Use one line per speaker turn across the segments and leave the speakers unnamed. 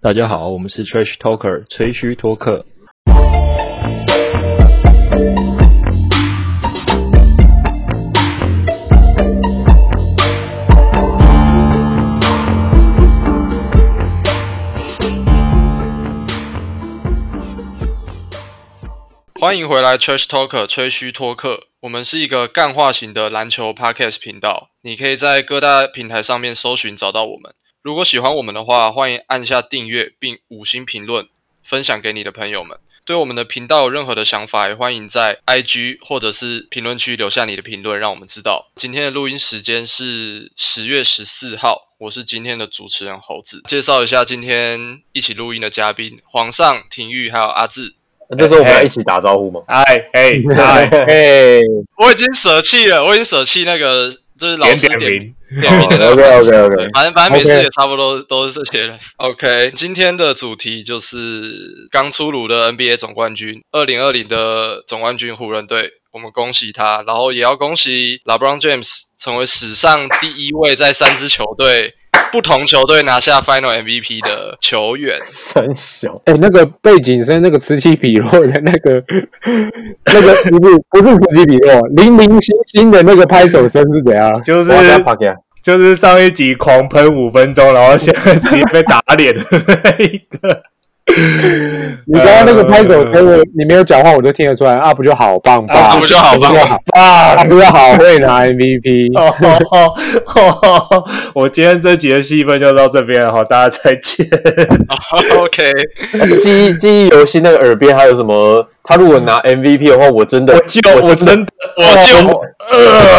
大家好，我们是 Trash Talker 吹嘘托客。
欢迎回来，Trash Talker 吹嘘托客。我们是一个干化型的篮球 podcast 频道，你可以在各大平台上面搜寻找到我们。如果喜欢我们的话，欢迎按下订阅并五星评论，分享给你的朋友们。对我们的频道有任何的想法，也欢迎在 IG 或者是评论区留下你的评论，让我们知道。今天的录音时间是十月十四号，我是今天的主持人猴子。介绍一下今天一起录音的嘉宾：皇上、廷玉还有阿志。
那这时候我们要一起打招呼吗？
嗨， 嘿，嗨，
嘿，
我已经舍弃了，我已经舍弃那个就是老
点
师
点
点
名，
点名的 那个
OK OK OK，
反正反正每次
OK
也差不多都是这些人。OK，今天的主题就是刚出炉的 NBA 总冠军，二零二零的总冠军湖人队，我们恭喜他，然后也要恭喜 LeBron James 成为史上第一位在三支球队不同球队拿下 Final MVP 的球员。
三小，
哎、那个背景声，那个此起彼落的那个，那个不是不是此起彼落，零零星星的那个拍手声是怎样？
就是
我要 p a
就是上一集狂喷五分钟，然后现在直接被打脸的那一个。呃
你刚刚那个拍手声，我你没有讲话，我就听得出来啊，不就好棒棒？
啊不就好棒棒
棒？啊，不就好会拿 MVP？
哦哦哦！我今天这集的戏份就到这边了，好，大家再见。
OK，
记忆记忆游戏那个耳边还有什么？他如果拿 MVP 的话，我真的，
我就我真的
我就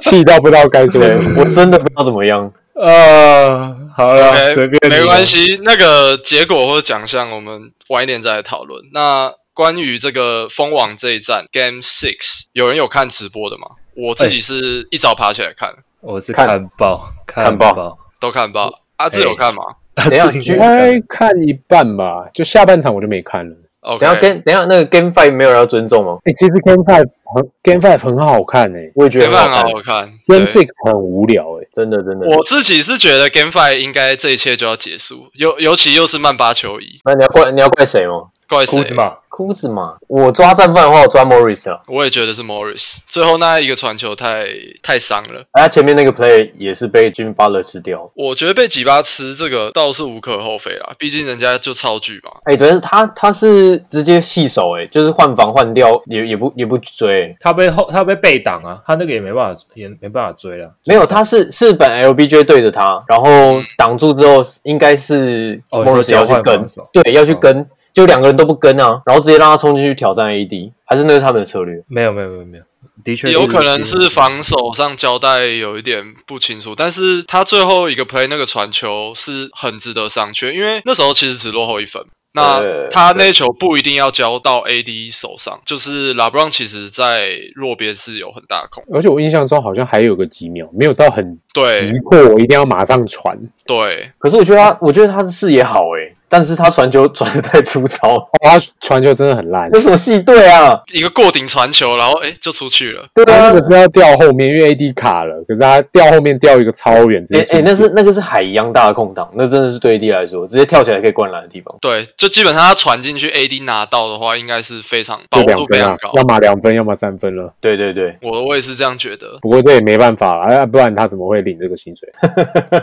气到不知道该说
对
什么。
我真的不知道怎么样。
呃，好了
OK，
随便你
哎
啊
没关。系。那个结果或者奖项，我们晚一点再来讨论。那关于这个封王这一战 Game Six，有人有看直播的吗？我自己是一早爬起来看，
我是
看
看报，
看报
报，
都看爆。阿志有看吗
等一下
自己
去
应该看一半吧，就下半场我就没看了。
？OK，
等一下跟等一下那个 Game Five 没有人要尊重吗？
哎、其实 Game Five 很 Game Five 很好看诶、
我也觉得
没
很好
办法，
看，
我看
Game
对
Six 很无聊诶、
真的真的。
我自己是觉得 Game Five 应该这一切就要结束，尤尤其又是曼巴球衣，
那你要怪你要怪谁吗？
怪谁
裤？子嘛，
裤子嘛，我抓战犯的话，我抓 Morris 了。
我也觉得是 Morris，最后那一个传球太太伤了。
哎，他前面那个 play 也是被 Jim Butler 吃掉。
我觉得被几巴吃这个倒是无可厚非啦，毕竟人家就超巨嘛。
哎，但是他他是直接细手，哎，就是换防换掉，也也不也不追，哎
他被后他被背挡啊，他那个也没办法也没办法追啊了。
没有，他是是本 LBJ 对着他，然后挡住之后，应该是
嗯
Morris
哦你说
要
交
去
换
跟
防守，嗯
对，要去跟，就两个人都不跟啊，然后直接让他冲进去挑战 AD，还是那是他们的策略。
没有没有没有没有，的确是
有可能是防守上交代有一点不清楚，但是他最后一个 play 那个传球是很值得商榷，因为那时候其实只落后一分。那
对
他那球不一定要交到 AD 手上，就是拉布朗其实在弱边是有很大空。
而且我印象中好像还有个几秒，没有到很
对
急迫，我一定要马上传。
对，
可是我觉得他，我觉得他的视野好诶、但是他传球 传的太粗糙，
哦，他传球真的很烂，
那什么系队啊？
一个过顶传球，然后哎就出去了。
对
他
啊
那，个是要掉后面，因为 AD 卡了，可是他掉后面掉一个超远，直
哎
接
哎、
进
那是那个是海一样大的空档，那真的是对 AD 来说，直接跳起来可以灌篮的地方。
对，就基本上他传进去 AD 拿到的话，应该是非常把
就
握
两
度非
分啊
常高，。
要么两分，要么三分了。，
对对对，
我我也是这样觉得
不过这也没办法了，啊不然他怎么会领这个薪水？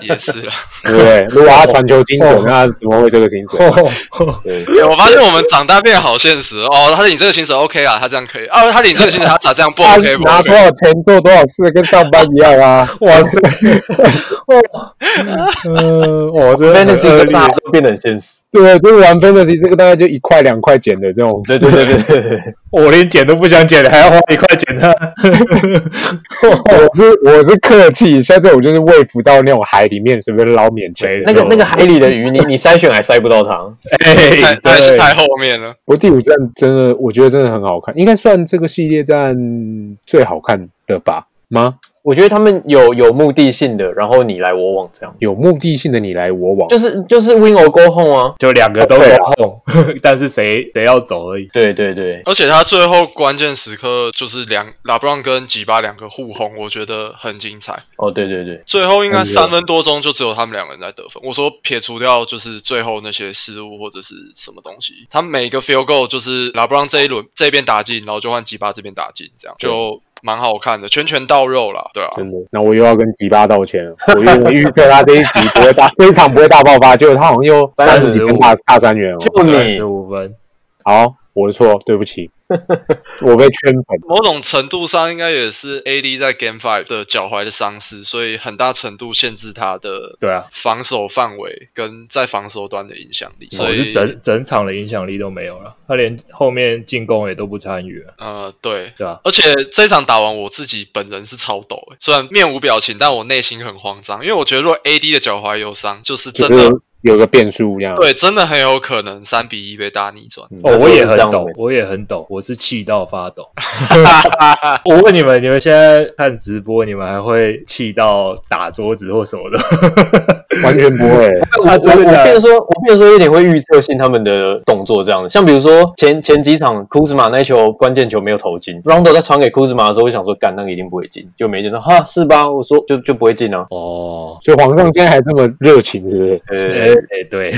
也是啦。
对不对？如果他传球精准，那他怎么会这个薪水？
哦，
对，
欸 我发现我们长大变得好现实哦。他领这个薪水 OK 啊，他这样可以啊，他领这个薪水他咋这样不
他
OK 不
拿多
OK？
少钱做多少事，跟上班一样啊！
哇 塞，哦，嗯，我真的
n
很
a
恶
y
劣
大家都变得很现实。
对，就是玩 fantasy 这个大概就一块两块钱的这种，
对对对对对对。
我连剪都不想剪了，还要花一块钱 呢。
我是我是客气，像这种就是喂服到那种海里面随便捞免钱
没。
那个
错
那个海里的鱼，你你筛选还筛不到它。
太
哎，
太
对，
太后面了。
不过第五站真的，我觉得真的很好看，应该算这个系列战最好看的吧？吗？
我觉得他们有有目的性的，然后你来我往这样，
有目的性的你来我往，
就是就是 win or go home 啊。
就两个都
对啊
有碰， 但是谁谁要走而已。
对对对，
而且他最后关键时刻就是两拉布朗跟吉巴两个互轰，我觉得很精彩。
哦对对对，
最后应该三分多钟就只有他们两个人在得分。我说撇除掉就是最后那些失误或者是什么东西，他们每个 field goal 就是拉布朗这一轮这边打进，然后就换吉巴这边打进，这样就蛮好看的，拳拳到肉啦，对啊。
真的。那我又要跟吉巴道歉了，我原本预测他这一集不会大， 这一场不会大爆发，结果他好像又三十几分大大三元哦。
就你
十五分，
好，我的错，对不起，我被圈粉。
某种程度上，应该也是 AD 在 Game Five 的脚踝的伤势，所以很大程度限制他的
对啊，
防守范围跟在防守端的影响力。所
我
以
哦是整整场的影响力都没有了，他连后面进攻也都不参与了，
呃，对，
对吧、
而且这一场打完，我自己本人是超抖、欸，虽然面无表情，但我内心很慌张，因为我觉得如果 AD 的脚踝有伤，就是
就
真的，
是有个变数这样。
对，真的很有可能三比一被大逆转。
嗯
哦，我也
那时候是
很
这样
抖
的，
我也很抖，我是气到发抖。 我问你们，你们现在看直播，你们还会气到打桌子或什么的？
完全不会。
啊，
我
真
我
的假
变
的？
说，我变说有点会预测性他们的动作这样，像比如说前前几场库兹马那球关键球没有投进，Rondo 在传给库兹马的时候，我想说干那个一定不会进，就没进到哈是吧？我说就就不会进啊，
哦，
所以皇上现在还这么热情，是不是？
呃，
哎、哎对，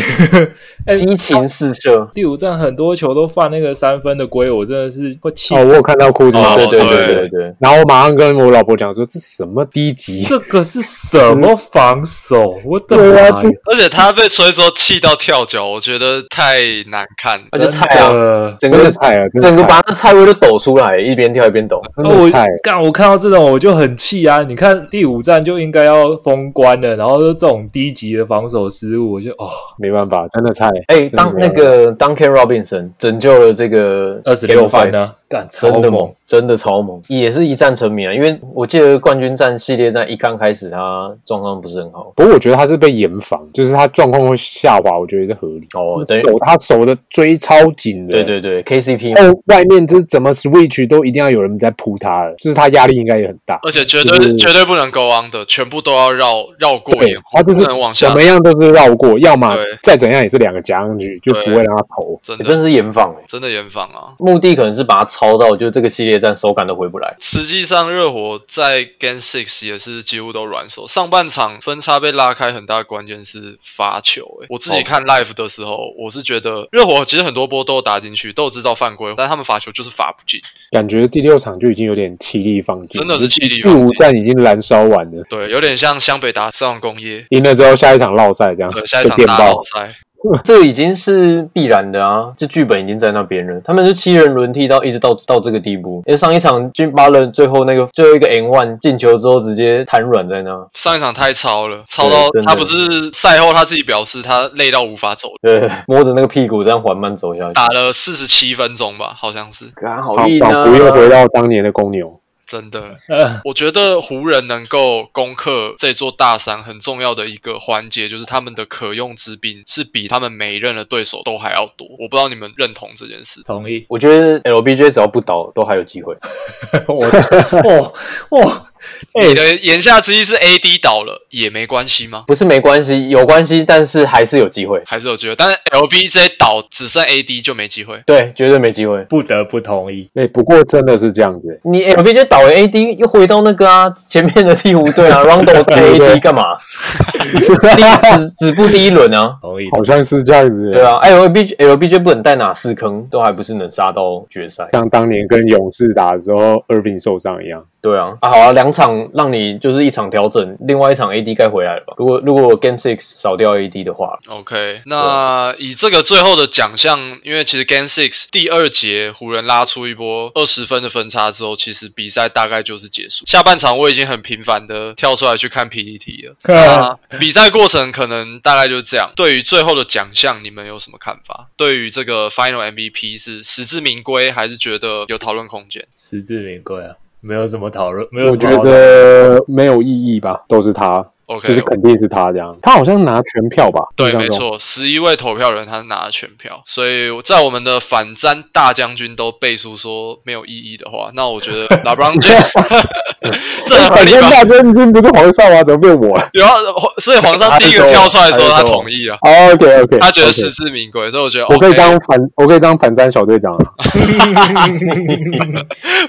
哎、
激情四射，
第五站很多球都犯那个三分的规，我真的是会气。
哦，我有看到裤子
哦
嘛，
对对
对
对对对，
然后我马上跟我老婆讲说，这什么低级？
这个是什么防守？我的
对啊
妈呀！
而且他被吹之后气到跳脚，我觉得太难看了
那。就菜啊，
呃，
整
真的
个
菜啊，真的
整个
菜
把那菜味都抖出来，一边跳一边抖。
真
那哦我
的菜，
干，我看到这种我就很气啊！你看第五站就应该要封关了，然后就这种低级的防守失误，我就哦，
没办法，真的菜。
哎、
真的
当
没
那
办法
个 Duncan Robinson 拯救了这个
二十六
Game
分
Five，
呢，干超
真的
猛
猛，，真的超猛，也是一战成名啊。因为我记得冠军战系列战一刚开始，他状况不是很好。
不过我觉得他是被严防，就是他状况会下滑，我觉得合理。
哦，等于
嗯手他手的追超紧的，
对对对，KCP
哎
嘛
然后外面就是怎么 switch 都一定要有人在扑他了，就是他压力应该也很大。
而且绝对、
就是
绝对不能 go on 的，全部都要绕绕过
对
掩，护，
他就是
不能往
怎
下
么，样都是绕过，要么
对
再怎样也是两个夹上去，就不会让他投。
真
也
的
真是严防、欸，
真的严防啊！
目的可能是把他抄到，就这个系列战手感都回不来。
实际上，热火在 Game Six 也是几乎都软手。上半场分差被拉开，很大的关键是罚球、欸。我自己
哦
看 Live 的时候，我是觉得热火其实很多波都有打进去，都有制造犯规，但他们罚球就是罚不进。
感觉第六场就已经有点气力放尽，
真的是气力
第
放尽
五战已经燃烧完了，
对，有点像湘北打上工业。
赢了之后下一场落赛这样
对，下一
就
场
电
打
爆
老。赛，
这已经是必然的啊，这剧本已经在那边了。他们是七人轮替到一直到到这个地步。因为上一场金巴勒最后那个最后一个 N one 进球之后，直接瘫软在那。
上一场太超了，超到
对真的
他不是赛后他自己表示他累到无法走路，
对，摸着那个屁股这样缓慢走下去，
打了四十七分钟吧，好像是
感
仿仿
啊
佛又回到当年的公牛，
真的。
呃，
我觉得湖人能够攻克这座大山很重要的一个环节，就是他们的可用之兵是比他们每一任的对手都还要多。我不知道你们认同这件事。
同意。
我觉得 LBJ 只要不倒，都还有机会。
我 哦哦，哎
你的言下之意是 AD 倒了也没关系吗？
不是没关系，有关系，但是还是有机会。
还是有机会，但是 LBJ 倒只剩 AD 就没机会。
对，绝对没机会。
不得不同 意。
哎，不过真的是这样子，
你 LBJ 倒了 AD，又回到那个啊前面的鹈鹕队啊，Rondo
对对
AD 干嘛？止止步第一轮啊。
同意，
好像是这样子。
对，啊哎，LBJ LBJ 不能带哪四坑，都还不是能杀到决赛。
像当年跟勇士打的时候，Irving 受伤一样。
对啊，啊好啊，两场让你就是一场调整，另外一场 AD 该回来了吧？如果如果 Game Six 少掉 AD 的话，
OK，那
啊
以这个最后的奖项，因为其实 Game Six 第二节湖人拉出一波二十分的分差之后，其实比赛大概就是结束。下半场我已经很频繁的跳出来去看 PPT 了。
啊
啊
那比赛过程可能大概就是这样。对于最后的奖项，你们有什么看法？对于这个 Final MVP 是实至名归，还是觉得有讨论空间？
实至名归啊，没有什么讨论，没有
我
什么好
觉
讨论。
得没有意义吧，都是他。
OK，
就是肯定是他这样。他好像拿全票吧？
对，
印象
没
中。
错，十一位投票人他拿了全票，所以在我们的反战大将军都背书说没有意义的话，那我 觉得 LeBron James 这很合
反
理
正
吧？
哎大将军不是皇上吗？怎么变我了
然后，啊所以皇上第一个跳出来说他同意啊，
？OK OK，
他觉得哦哎实至名归，所以我觉得
哦我可以
OK，
当反，我可以当反战小队长啊！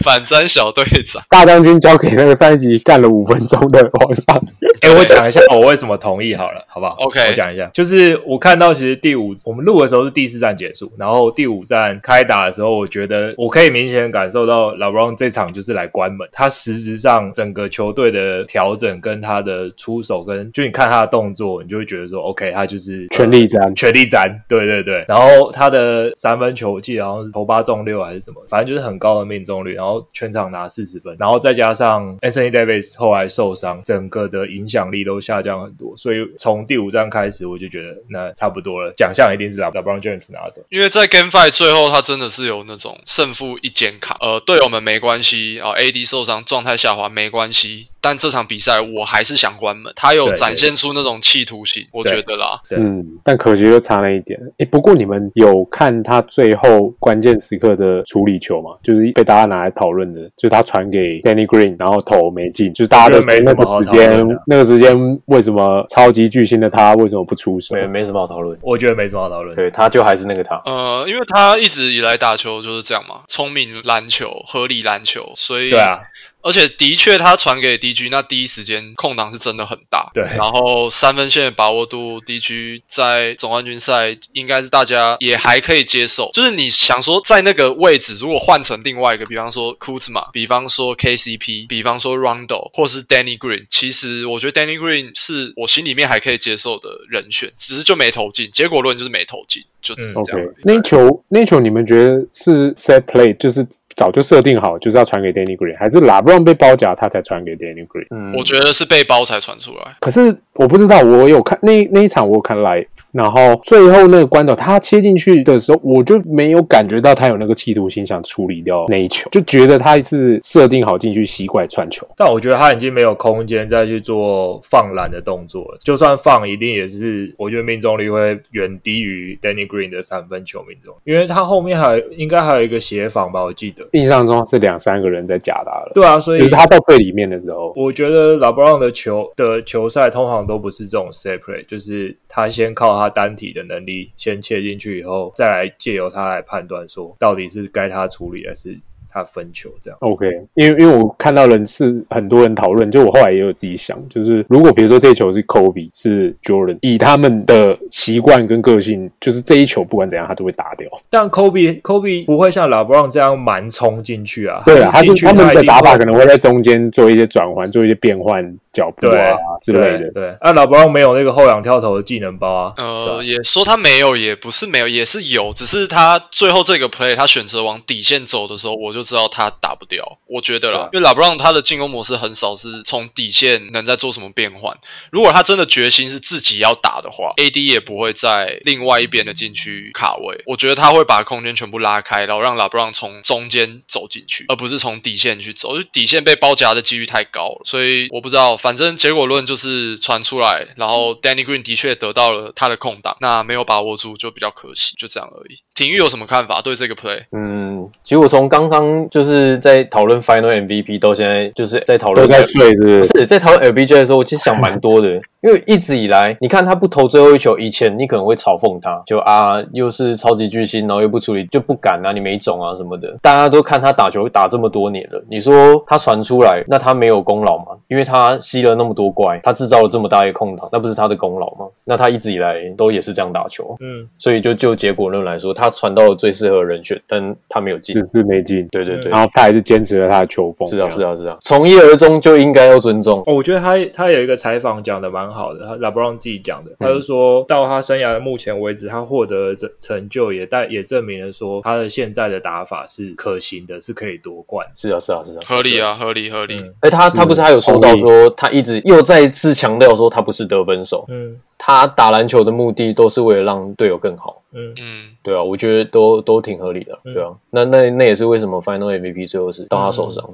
反战小队长。
大将军交给那个上一集干了五分钟的皇上，
哎、我讲一下我为什么同意好了，好不好
OK
我讲一下，就是我看到其实第五，我们录的时候是第四站结束，然后第五站开打的时候，我觉得我可以明显感受到老 b r o n 这场就是来关门，他实质上整个球队的调整跟他的出手跟就你看他的动作，你就会觉得说 OK，他就是
全力战。
全力斩，对对对。然后他的三分球，我记得好像是投八中六还是什么，反正就是很高的命中率。然后全场拿四十分，然后再加上 Anthony Davis 后来受伤，整个的影响力都下降很多。所以从第五站开始，我就觉得那差不多了，奖项一定是 LeBron James 拿走。
因为在 Game Five 最后，他真的是有那种胜负一肩扛，呃，队友们没关系啊、AD 受伤状态下滑没关系，但这场比赛我还是想关门，他有
对
展
对
现出那种企图心，我
对
觉得啦，
对
嗯，但可惜就差了一点。哎，不过你们有看他最后关键时刻的处理球吗？就是被大家拿来讨论的，就是他传给 Danny Green，然后头没进，就是大家都
我觉得没什么
那
好
个时
讨论的
间，那个时间为什么超级巨星的他为什么不出手？
没没什么好讨论。
我觉得没什么好讨论。
对，他就还是那个他。
呃，因为他一直以来打球就是这样嘛，聪明篮球、合理篮球，所以
对啊，
而且的确，他传给 DG，那第一时间空档是真的很大。
对
然后三分线的把握度，DG 在总冠军赛应该是大家也还可以接受。就是你想说，在那个位置，如果换成另外一个，比方说 Kuzma，比方说 KCP，比方说 Rondo，或是 Danny Green，其实我觉得 Danny Green 是我心里面还可以接受的人选，只是就没投进。结果论就是没投进，就只是这
嗯 OK，
样。
那一球那一球你们觉得是 set play，就是早就设定好就是要传给 Danny Green，还是 LeBron 被包夹他才传给 Danny Green？
嗯，
我觉得是被包才传出来。
可是我不知道，我有看那那一场，我有看 live，然后最后那个关头他切进去的时候，我就没有感觉到他有那个企图心想处理掉那一球，就觉得他是设定好进去吸怪传球。
但我觉得他已经没有空间再去做放篮的动作了，就算放，一定也是我觉得命中率会远低于 Danny Green 的三分球命中，因为他后面还有应该还有一个协防吧，我记得。
印象中是两三个人在夹他了，
对啊，所以
就是他到队里面的时候，
我觉得 LeBron 的球的球赛通常都不是这种 set play，就是他先靠他单体的能力先切进去以后，再来借由他来判断说到底是该他处理还是他分球这样。
OK，因为因为我看到人是很多人讨论，就我后来也有自己想，就是如果比如说这球是 Kobe 是 Jordan，以他们的习惯跟个性，就是这一球不管怎样他都会打掉。
但 Kobe Kobe 不会像 LeBron 这样蛮冲进去啊，
对啊，他
一进
是
去
他们
一
的
定
打法
会
可能会在中间做一些转换，做一些变换脚步啊之类
对
的。
对，啊，LeBron 没有那个后仰跳投的技能包啊，
呃，也说他没有，也不是没有，也是有，只是他最后这个 play 他选择往底线走的时候，我就知道他打不掉，我觉得啦，因为拉布朗他的进攻模式很少是从底线能在做什么变换。如果他真的决心是自己要打的话，AD 也不会在另外一边的禁区卡位，我觉得他会把空间全部拉开，然后让拉布朗从中间走进去，而不是从底线去走，就底线被包夹的几率太高了，所以我不知道，反正结果论就是传出来，然后 Danny Green 的确得到了他的空档，那没有把握住就比较可惜，就这样而已。廷玉有什么看法对这个 play？
嗯，其实我从刚刚就是在讨论 Final MVP 到现在，就是在讨论
都在睡是不是
不是在讨论 LBJ 的时候，我其实想蛮多的，因为一直以来，你看他不投最后一球，以前你可能会嘲讽他，就啊又是超级巨星，然后又不处理，就不敢啊，你没种啊什么的。大家都看他打球打这么多年了，你说他传出来，那他没有功劳吗？因为他吸了那么多怪，他制造了这么大一个空档，那不是他的功劳吗？那他一直以来都也是这样打球，
嗯，
所以就就结果论来说，他传到了最适合的人选，但他没有进
只。是没进，
对对对
然，后他还是坚持了他的球风。
是啊是
啊，
啊是啊，从一而终就应该要尊重。
哦，我觉得他他有一个采访讲的蛮好的，他 LeBron 自己讲
嗯
的，他就说到他生涯的目前为止，他获得的成就也代也证明了说他的现在的打法是可行的，是可以夺冠。
是啊是啊是啊，
合理啊，合理合理。
嗯
哎，他他不是还有说到
同
说，他一直又再次强调说他不是得分手，
嗯
他打篮球的目的都是为了让队友更好。
嗯，
嗯，
对啊，我觉得都都挺合理的，对啊。那那那也是为什么 Final
嗯
MVP 最后是到他手上，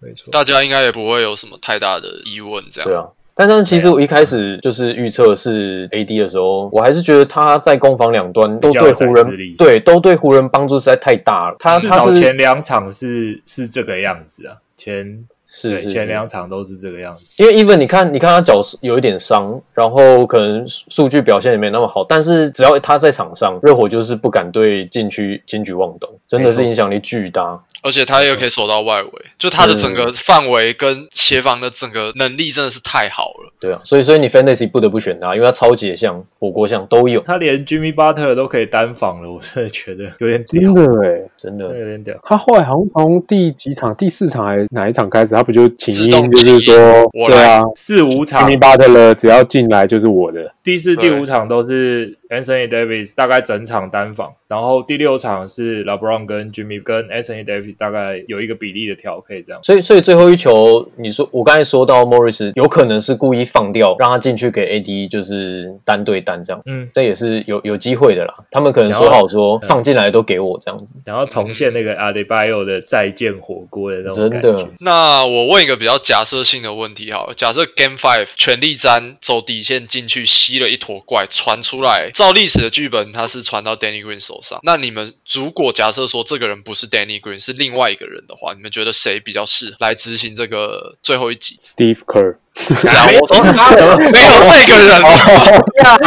没错。
大家应该也不会有什么太大的疑问，这样。
对啊。但是其实我一开始
啊
就是预测是 AD 的时候，我还是觉得他在攻防两端都对湖
比较有宰制力
人对都对湖人帮助实在太大了。他
至
他
少
是
前两场是是这个样子啊，前
是
对
是
前
是
两场都是这个样子。
因为 even 你看，你看他脚有一点伤，然后可能数数据表现也没那么好，但是只要他在场上，热火就是不敢对禁区金局妄动，真的
没
是
错
影响力巨大。
而且他也可以守到外围，就他的整个范围跟协防的整个能力真的是太好了。
对啊，所以所以你 fantasy 不得不选他，因为他超级的像火锅像都有，
他连 Jimmy Butler 都可以单防了，我真的觉得有点屌
真，的诶，
真
真的
的
有点屌。
他后来好像从第几场、第四场还是哪一场开始，他不就请
自动
缨，就
请
是
缨
说，
我
对
来
啊
四五场
，Jimmy Butler 只要进来就是我的。？
第四、第
对
五场都是 Anthony Davis 大概整场单防，然后第六场是 LeBron 跟 Jimmy 跟 Anthony Davis 大概有一个比例的调配这样。
所以所以最后一球，你说我刚才说到 Morris 有可能是故意放掉，让他进去给 AD 就是单对单这样。
嗯，
这也是有有机会的啦，他们可能
想
说
要嗯
好说放进来都给我这样子，
然后重现那个 Adebayo 的再见火锅的那种
真
感
的
觉。
那我问一个比较假设性的问题好了，假设 Game Five 全力战走底线进去吸了一坨怪传出来，照历史的剧本，他是传到 Danny Green 手上。那你们如果假设说这个人不是 Danny Green，是另外一个人的话，你们觉得谁比较适合来执行这个最后一集
Steve Kerr，
啊我
哦
说 他没有那个人，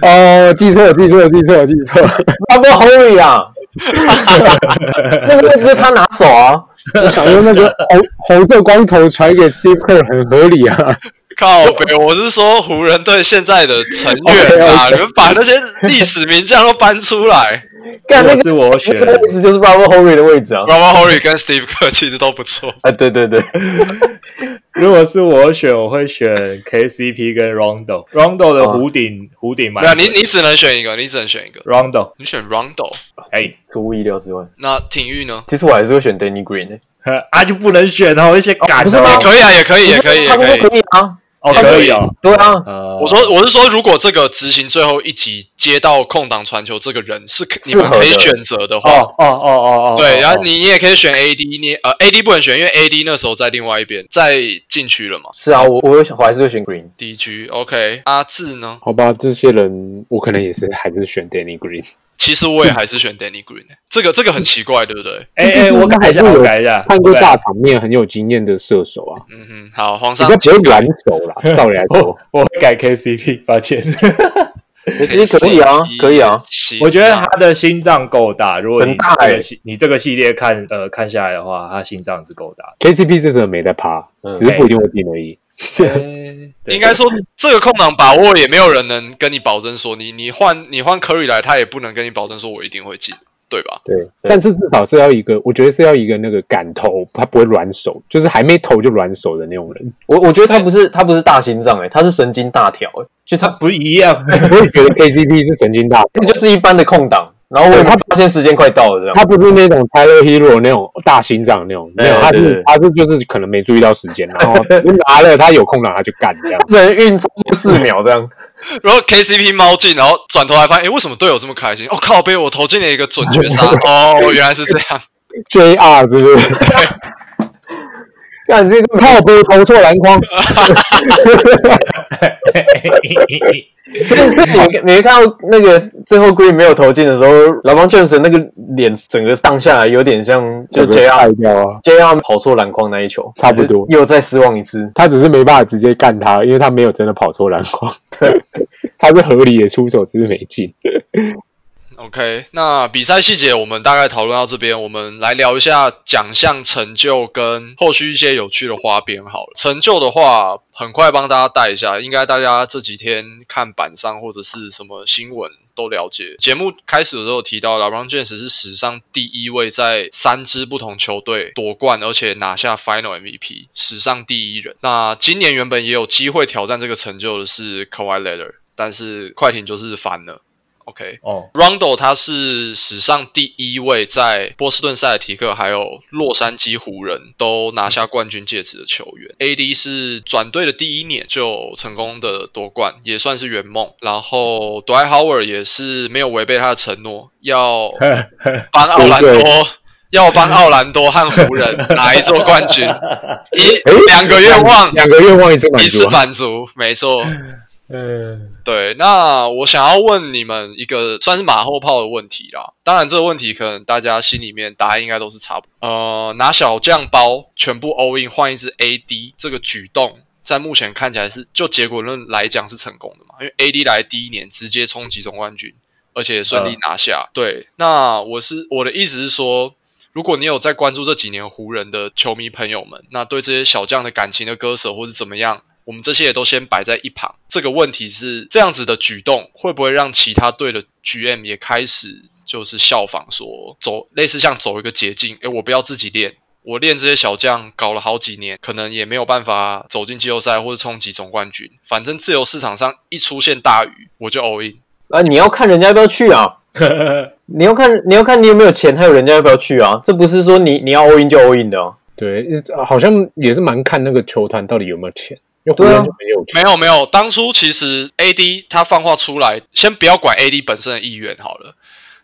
哦，记错了，记错了，记错了，记错了。
他不 Holy 啦，那个只是他拿手啊，
我想说那个红红色光头传给 Steve Kerr 很合理啊。
靠北，我是说湖人队现在的成员啊，你们把那些历史名将都搬出 来。
干那
如
个
果是我选
那，个位置就是 Robert Holy 的位置
r，
啊
o b e r h o r y 跟 Steve Kerr 其实都不错。
啊对对对，
如果是我选，我会选 KCP 跟 Rondo。Rondo
啊
的弧顶弧顶蛮
没有，啊你
准
你只能选一个，你只能选一个。
Rondo，
你选 Rondo，
哎、
出乎意料之外，
那体育呢？
其实我还是会选 Danny Green 欸
呵啊就不能选哦，一些感、哦、
不是吗
可以啊，也可以，也可以，也
他
可
说
以。
可以啊，
哦，
也可
可
以
以哦。
对啊，
呃，
我说我是说，如果这个执行最后一集接到空档传球这个人是可你们
适合的
可以选择的
哦
话，
哦哦哦哦，
对，
哦
然后
哦
你你也可以选 AD，你呃 AD 不能选，因为 AD 那时候在另外一边，在禁区了嘛。
是啊，我我会选我还是会选 Green，
DG OK，阿志呢？
好吧，这些人我可能也是还是选 Danny Green。
其实我也还是选 Danny Green，、这欸个这个很奇怪，对不对？
哎哎，我改一下，我改一下，
看过
我改一下
大场面很有经验的射手啊，
嗯哼，好，皇
比
上
较不会软手啦。 照理来说
我，我改 KCP，抱歉。
其实可以啊，可以啊，，
我觉得他的心脏够大，如果你
很大
这
欸
个系你这个系列看呃看下来的话，他心脏是够大
KCP 是真的没在趴，
嗯
只是不一定会进而已。
的。
啊
对
应该说这个空档把握也没有人能跟你保证说你你换你换 Curry 来，他也不能跟你保证说我一定会进，对吧？
对，但是至少是要一个，我觉得是要一个那个敢投，他不会软手，就是还没投就软手的那种人。
我我觉得他不是他不是大心脏哎，他是神经大条哎，就他
不一样，
我也觉得 KCP 是神经大条
那就是一般的空档，然后我也
对他
发现时间快到了这样。
他不是那种 Tyler Hero 那种大心脏那种，
对
没有，他
对
是
对
他是就是可能没注意到时间， 然后就拿了他有空档他就干这样。
不能运超过四秒这样，
然后 KCP 猫进，然后转头来发现，诶，为什么队友这么开心？哦靠，被我投进了一个准绝杀，哦，原来是这样。
JR 是不是？
干这个
靠背投错篮 筐，
所以你你看到那个最后 Green 没有投进的时候，老邦卷神那个脸整个荡下来，有点像就
整个
JR
晒掉啊！
JR 跑错篮筐那一球，
差不多
就是又再失望一次。
他只是没办法直接干他，因为他没有真的跑错篮筐， 他是合理的出手，只是没进。
OK，那比赛细节我们大概讨论到这边，我们来聊一下奖项成就跟后续一些有趣的花边好了。成就的话，很快帮大家带一下，应该大家这几天看板上或者是什么新闻都了解。节目开始的时候有提到，LeBron James 是史上第一位在三支不同球队夺冠，而且拿下 Final MVP，史上第一人。那今年原本也有机会挑战这个成就的是 Kawhi Leonard，但是快艇就是翻了。OK，
哦，
Rondo 他是史上第一位在波士顿塞尔提克还有洛杉矶湖人都拿下冠军戒指的球员。AD 是转队的第一年就成功的夺冠，也算是圆梦。然后 Dwight Howard 也是没有违背他的承诺，要帮奥兰
对
多要帮奥兰多和湖人拿一座冠军，一两个愿望，
两个愿望一次满
一
足
次
啊。
满足，没 错。
嗯，
对，那我想要问你们一个算是马后炮的问题啦。当然，这个问题可能大家心里面答案应该都是差不多。呃，拿小将包全部 all in 换一支 AD 这个举动，在目前看起来是就结果论来讲是成功的嘛？因为 AD 来第一年直接冲击总冠军，而且顺利拿下。对，那我是我的意思是说，如果你有在关注这几年湖人的球迷朋友们，那对这些小将的感情的割舍或是怎么样，我们这些也都先摆在一旁。这个问题是这样子的举动，会不会让其他队的 GM 也开始就是效仿说走类似像走一个捷径？诶，我不要自己练。我练这些小将搞了好几年，可能也没有办法走进季后赛或者冲击总冠军。反正自由市场上一出现大鱼，我就 all in。
啊，你要看人家要不要去啊，你要看你要看你有没有钱，还有人家要不要去啊，这不是说你你要 all in 就 all in 的哦、
对，好像也是蛮看那个球坛到底有没有钱，因为湖
对啊
人就很有钱。
没有没有，当初其实 AD 他放话出来，先不要管 AD 本身的意愿好了。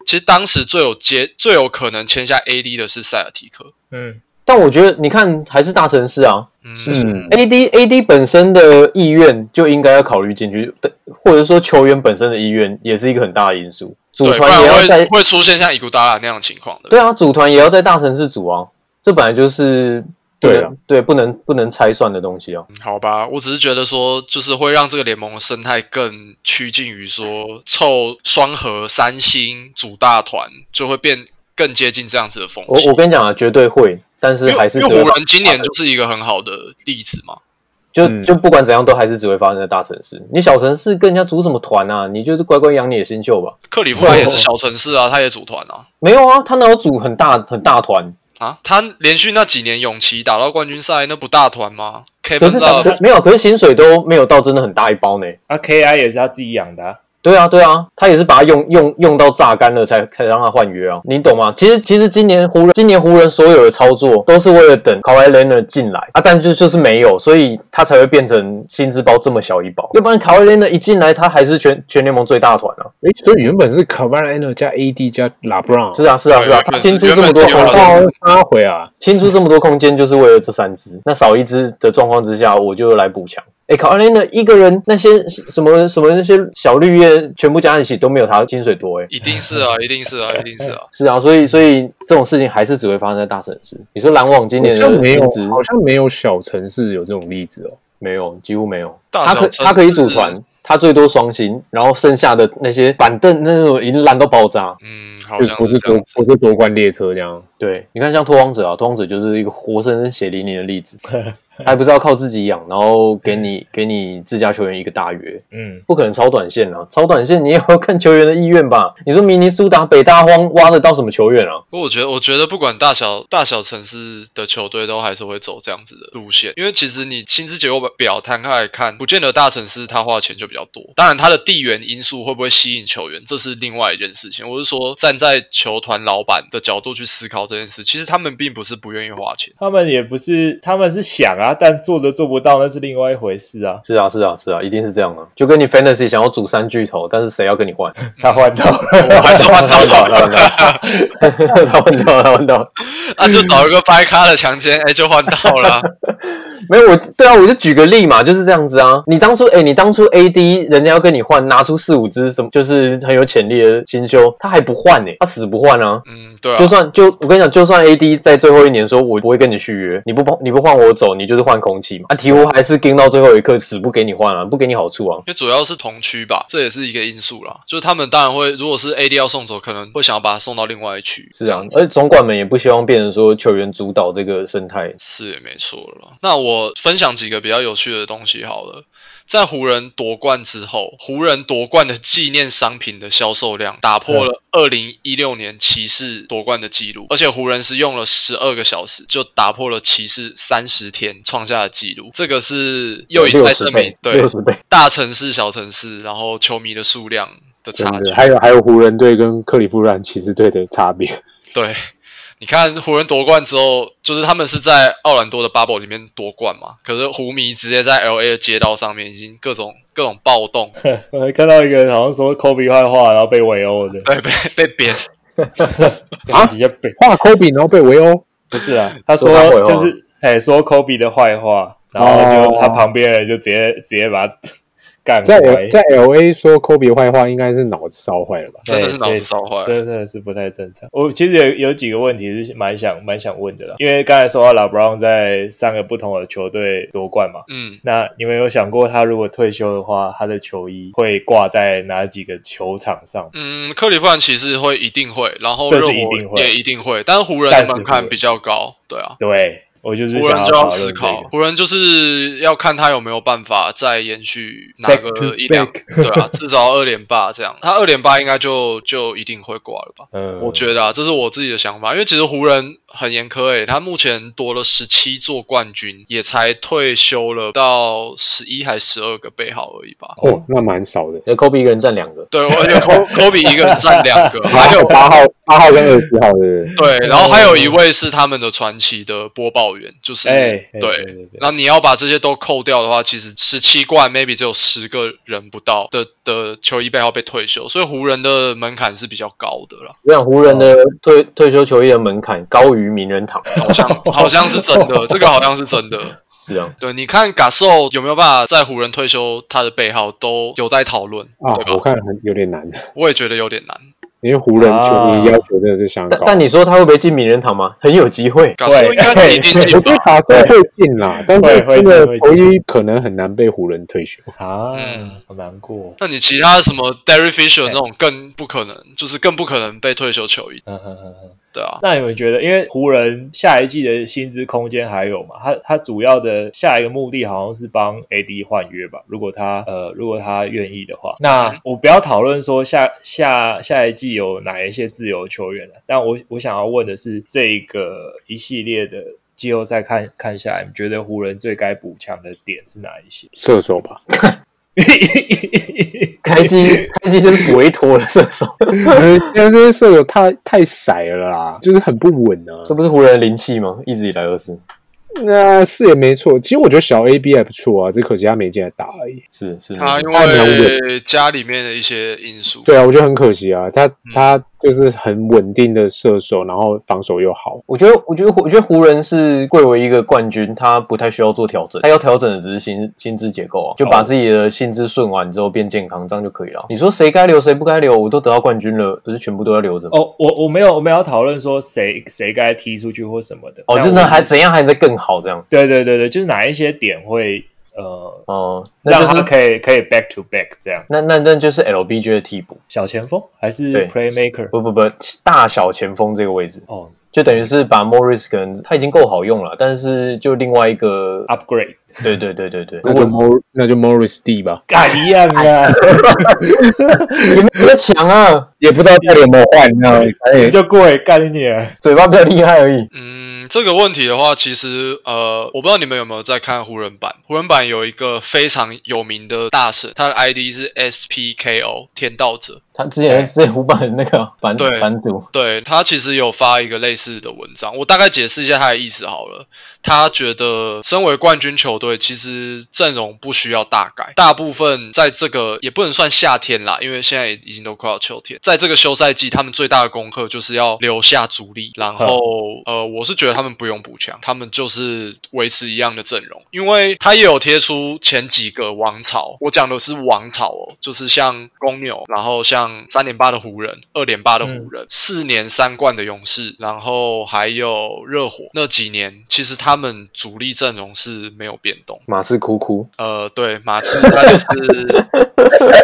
其实当时最有接最有可能签下 AD 的是塞尔提克，
嗯，
但我觉得你看还是大城市啊、
嗯，
嗯，
a d AD 本身的意愿就应该要考虑进去，对或者说球员本身的意愿也是一个很大的因素，组
对，不
团
然
也要在
会会出现像伊古达拉那样的情况的。
对啊，组团也要在大城市组啊，这本来就是不能
对啊
对不能不能拆算的东西啊。
嗯好吧，我只是觉得说，就是会让这个联盟的生态更趋近于说凑双核、三星组大团，就会变更接近这样子的风
我
气。
我跟你讲啊，绝对会，但是
因
还
为
是
因
只
为
会
湖人今年就是一个很好的例子嘛。
就
嗯
就不管怎样，都还是只会发生在大城市。你小城市跟人家组什么团啊？你就是乖乖养你的新秀吧。
克里夫兰也是小城市啊，他也组团啊。
没有啊，他哪有组很大很大团？
啊，他连续那几年勇骑打到冠军赛，那不大团吗
可
？Kevin
是
Love
可没有，可是薪水都没有到真的很大一包呢。
啊，KI 也是他自己养的、啊，
对啊，对啊，他也是把他用用用到榨干了才才让他换约啊，你懂吗？其实其实今年湖人今年湖人所有的操作都是为了等 Kawhi Leonard 进来啊，但就就是没有，所以他才会变成薪资包这么小一包，要不然 Kawhi Leonard 一进来，他还是全全联盟最大团啊。
哎，所以原本是 c a v a l a n o 加 AD 加 LeBron，
是啊是啊是啊，
对
他清出这么多
原本是
空
有
哇
的
间，
靠八回啊！
清出这么多空间就是为了这三支，那少一支的状况之下，我就来补强。哎，Kawhi Leonard 一个人那些什么什么那些小绿叶全部加在一起都没有他薪水多哎、
一定是啊，一定是啊，一定是啊。
是啊，所以所以这种事情还是只会发生在大城市。你说篮网今
好
年的
像没有
薪资，
好像没有小城市有这种例子哦。
没有，几乎没有。
大
他可
小城市
他可以组团，他最多双薪，然后剩下的那些板凳那种已经烂到爆炸。
嗯，好
就
像
不
是
是
这
夺
样子。
不是夺冠列车这样，
对，你看像拓荒者啊，拓荒者就是一个活生生血淋淋的例 子，还不是要靠自己养，然后给你给你自家球员一个大约，
嗯，
不可能超短线啊，超短线你也要看球员的意愿吧。你说明尼苏达北大荒挖得到什么球员啊？
不过我觉得，我觉得不管大小大小城市的球队，都还是会走这样子的路线，因为其实你薪资结构表摊开来看，不见得大城市他花的钱就比较多。当然，它的地缘因素会不会吸引球员，这是另外一件事情。我是说，站在球团老板的角度去思考这件事，其实他们并不是不愿意花钱。
他们也不是，他们是想啊，但做着做不到那是另外一回事啊。
是啊，是啊，是啊，一定是这样啊，就跟你 fantasy 想要组三巨头，但是谁要跟你换？
他换到了，
我还是换
他
到老
问到，他问到，他问到，他问到，
那啊就找一个掰咖的强奸，哎、就换到了。
没有我，对啊，我就举个例嘛，就是这样子啊。你当初，哎，你当初 AD 人家要跟你换，拿出四五只什么，就是很有潜力的新秀，他还不换呢、他死不换啊。
嗯，对啊
就，算就我跟你讲，就算 AD 在最后一年说，我不会跟你续约，你不帮你不换我走，你就是换空气嘛。啊，鹈鹕还是盯到最后一刻，死不给你换啊，不给你好处啊。
因为主要是同区吧，这也是一个因素啦。就是他们当然会，如果是 AD 要送走，可能会想要把他送到另外一区。
是
这
啊
样，子
而且总管们也不希望变成说球员主导这个生态。
是也没错了。那我分享几个比较有趣的东西好了。在湖人夺冠之后，湖人夺冠的纪念商品的销售量打破了
嗯
二零一六年骑士夺冠的记录，而且湖人是用了十二个小时就打破了骑士三十天创下的记录，这个是又一
六
再
十
证明
倍，，
对
六十倍，
大城市、小城市，然后球迷的数量的
真
差距
的。。还有还有湖人队跟克利夫兰骑士队的差别，
对，你看湖人夺冠之后，就是他们是在奥兰多的 bubble 里面夺冠嘛，可是湖迷直接在 L A 的街道上面已经各种各种暴动，
我还看到一个好像说 Kobe 坏话，然后被围殴的，
对，被被扁。
啊
比较北
画科比然后被围殴，
不是啊，他
说他
说
坏话
就是哎说科比的坏话，然后就、
哦
他旁边人就直接直接把他干
在
歪，
在 L A 说科比坏话，应该是脑子烧坏了吧？
真的是脑子烧坏了
真的真的是不太正常。我其实有有几个问题是蛮想蛮想问的啦，因为刚才说到老布朗在三个不同的球队夺冠嘛，
嗯，
那你们有想过他如果退休的话，他的球衣会挂在哪几个球场上？
嗯，克利夫兰骑士会一定会，然后
这
热
是一定
火
会
也一定会，但是湖人
但
的
是
门槛
会
比较高，对啊，
对我就是
湖
想
人
要
就
讨
要
论这
思
个
考，湖人就是要看他有没有办法再延续拿
Back to
个一两，对啊，至少二连霸这样，他二连霸应该就就一定会挂了吧。
嗯，
我觉得啊，这是我自己的想法，因为其实湖人很严苛诶、他目前夺了十七座冠军，也才退休了到十一还十二个背号而已吧。
哦，那蛮少的。
那科比一个人占两个，
对，我而且科科 比一个人占两个，
还
还有
有八号、八号跟二十 号的，
对，然后还有一位是他们的传奇的播报员，就是
嗯哎哎对对
对
对。
那你要把这些都扣掉的话，其实十七冠 maybe 只有十个人不到的的球衣背号被退休，所以湖人的门槛是比较高的啦，
我想湖人的退退休球衣的门槛高于名人堂，
好像 好像是真的，这个好像是真的。
是这样。
对，你看嘎兽有没有办法在湖人退休他的背号都有在讨论，
啊
对，
我
吧？
看很有点难，
我也觉得有点难。
因为湖人球迷
啊
要求真的是相当
但
高。
但你说他会不会进名人堂吗？很有机会。
嘎兽应该是已经进
我觉
吧
得。卡斯会进啦，但
会
是
会
这
进
个
会
球衣可能很难被湖人退休。
啊，
嗯
好难过。
那你其他什么 Derry Fisher 那种更不可能，就是更不可能被退休球衣，
嗯哼哼哼，
对啊。
那你们觉得，因为湖人下一季的薪资空间还有嘛？他他主要的下一个目的好像是帮 AD 换约吧？如果他呃，如果他愿意的话，那我不要讨论说下下下一季有哪一些自由球员了，但我我想要问的是，这个一系列的季后赛看看下来，你觉得湖人最该补强的点是哪一些？
射手吧，
开机开机就是委托的射手，
呃现在这些射手太太色了啦，就是很不稳啊。
这不是湖人的灵气吗？一直以来都是，
那、是也没错，其实我觉得小 A B 还不错啊，只可惜他没进来打而已。
是是。
他因
太难
为家里面的一些因素，
嗯对啊，我觉得很可惜啊，他他就是很稳定的射手，然后防守又好。
我觉得，我觉得，我觉得湖人是贵为一个冠军，他不太需要做调整，他要调整的只是薪薪资结构啊，就把自己的薪资顺完之后变健康，这样就可以了。你说谁该留谁不该留，我都得到冠军了，不是全部都要留着吗？
哦，我我没有我没有讨论说谁谁该踢出去或什么的。
哦，
但
真
我
的还怎样还能再更好这样？
对对对对，就是哪一些点会呃
哦，那
让
就
他
是
可以可以 back to back 这样，
那那那就是 LBG 的替补，
小前锋还是
对
playmaker？
不不不，大小前锋这个位置，
哦
就等于是把 Morris 可能他已经够好用了，但是就另外一个，
啊
，upgrade，
对对对对对，
那就 Mor 那就 Morris D 吧，
干一样 啊，
你们比较强啊，
也不知道在联盟换，你知道吗？
你就贵干你啊，
嘴巴比较厉害而已。
嗯，这个问题的话，其实呃，我不知道你们有没有在看湖人版。湖人版有一个非常有名的大神，他的 ID 是 SPKO 天盗者。
他之前之前湖版那个版
对
版主，
对他其实有发一个类似的文章，我大概解释一下他的意思好了。他觉得身为冠军球队，其实阵容不需要大改，大部分在这个也不能算夏天啦，因为现在已经都快要秋天，在这个休赛季，他们最大的功课就是要留下主力，然后呃，我是觉得他们不用补强，他们就是维持一样的阵容，因为他也有贴出前几个王朝，我讲的是王朝哦，就是像公牛，然后像三连八的湖人，二连八的湖人，四、年三冠的勇士，然后还有热火那几年，其实他们主力阵容是没有变动。
马斯哭哭，
呃，对，马刺他就是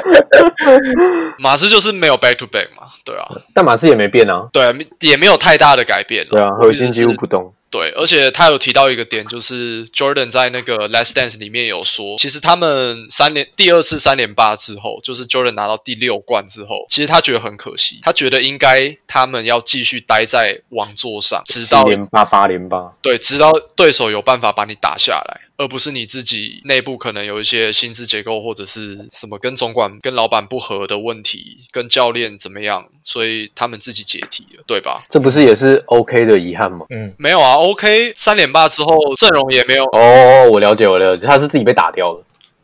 马刺就是没有 back to back 嘛，对啊，
但马刺也没变啊，
对，也没有太大的改变啦。
对啊，
我
核
意思
心几
是
乎不动。
对，而且他有提到一个点，就是 Jordan 在那个 Last Dance 里面有说，其实他们三连第二次三连霸之后，就是 Jordan 拿到第六冠之后，其实他觉得很可惜，他觉得应该他们要继续待在王座上，直
七
到
连八八连八，
对，直到对手有办法把你打下来，而不是你自己内部可能有一些薪资结构或者是什么跟总管、跟老板不合的问题，跟教练怎么样，所以他们自己解体了，对吧？
这不是也是 OK 的遗憾吗？
嗯，
没有啊，OK，三连霸之后阵容也没有啊
哦，我了解，我了解，他是自己被打掉的。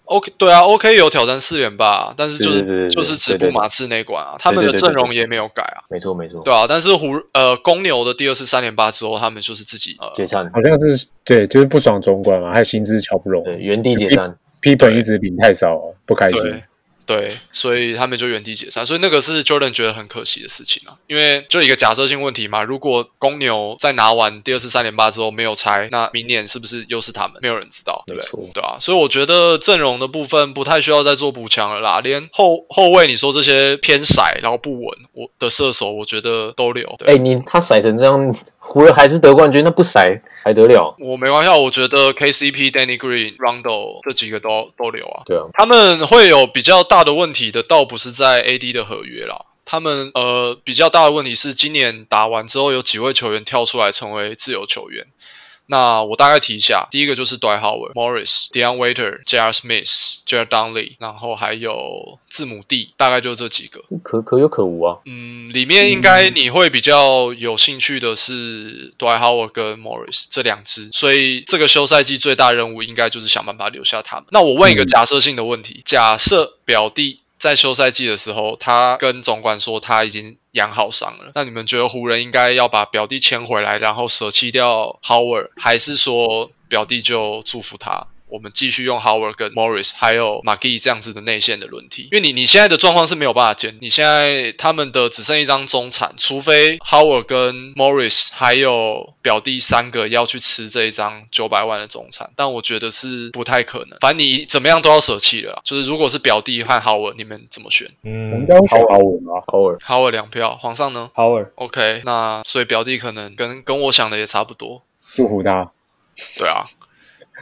OK，对啊，OK 有挑战四连霸，啊但是就是
是是是
就是止
对
步
对对
马刺那一关啊，他们的
对对对
阵容
对
也没有改啊，
没错没错，
对啊，但是湖呃公牛的第二次三连霸之后，他们就是自己呃
解散，
好像是对，就是不爽总管嘛，还有薪资瞧不拢，
对，原地解散，
批评一直领太少啊，不开心。
对对，所以他们就原地解散，所以那个是 Jordan 觉得很可惜的事情啊，因为就一个假设性问题嘛，如果公牛在拿完第二次三连霸之后没有拆，那明年是不是又是他们？没有人知道，对不
没错
对？对啊，所以我觉得阵容的部分不太需要再做补强了啦，连后后卫你说这些偏色然后不稳我的射手，我觉得都留。对
哎、你他甩成这样，湖人还是得冠军，那不甩还得了？
我没关系啊，我觉得 KCP、Danny Green、Rondo 这几个都都留啊。
对啊，
他们会有比较大的问题的，倒不是在 AD 的合约啦。他们呃比较大的问题是，今年打完之后有几位球员跳出来成为自由球员。那我大概提一下，第一个就是 d w y Howard、Morris、Deion Waiter、J.R. Smith、J.R. Dunley，然后还有字母 D，大概就这几个。
可可有可无啊，
嗯，里面应该你会比较有兴趣的是 d w y Howard 跟 Morris 这两支，所以这个休赛季最大任务应该就是想办法留下他们。那我问一个假设性的问题：假设表弟在休赛季的时候，他跟总管说他已经养好伤了，那你们觉得湖人应该要把表弟签回来，然后舍弃掉 Howard，还是说表弟就祝福他？我们继续用 Howard 跟 Morris 还有 m a g g 这样子的内线的轮替，因为你你现在的状况是没有办法兼，你现在他们的只剩一张中产，除非 Howard 跟 Morris 还有表弟三个要去吃这一张九百万的中产，但我觉得是不太可能。反正你怎么样都要舍弃了啦，就是如果是表弟和 Howard，你们怎么选
我们
嗯
刚刚选好稳啊，
偶尔
？Howard 两票，皇上呢
，Power，
？OK，那所以表弟可能跟跟我想的也差不多，
祝福他。
对啊。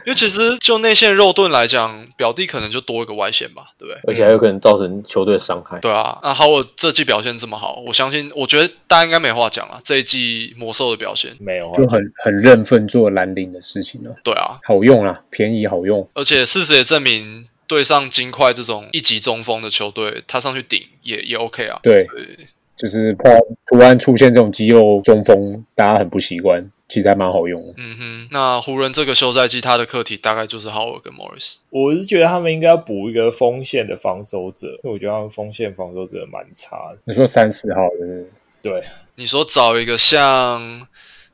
因为其实就内线肉盾来讲，表弟可能就多一个外线吧，对不对？
而且还有可能造成球队的伤
嗯
害。
对啊，那 Howard 这季表现这么好，我相信，我觉得大家应该没话讲了。啊这一季魔兽的表现，
没有啊
就，很很认份做蓝领的事情了、
对啊，
好用啊，便宜好用。
而且事实也证明，对上金块这种一级中锋的球队，他上去顶也也 OK 啊。
对，
对
就是突然突然出现这种肌肉中锋，大家很不习惯，其实还蛮好用的。
嗯哼，那湖人这个休赛季他的课题大概就是 Howard 跟 Morris。
我是觉得他们应该要补一个锋线的防守者，因为我觉得他们锋线防守者蛮差的。
你说三四号是不是？
对，
你说找一个像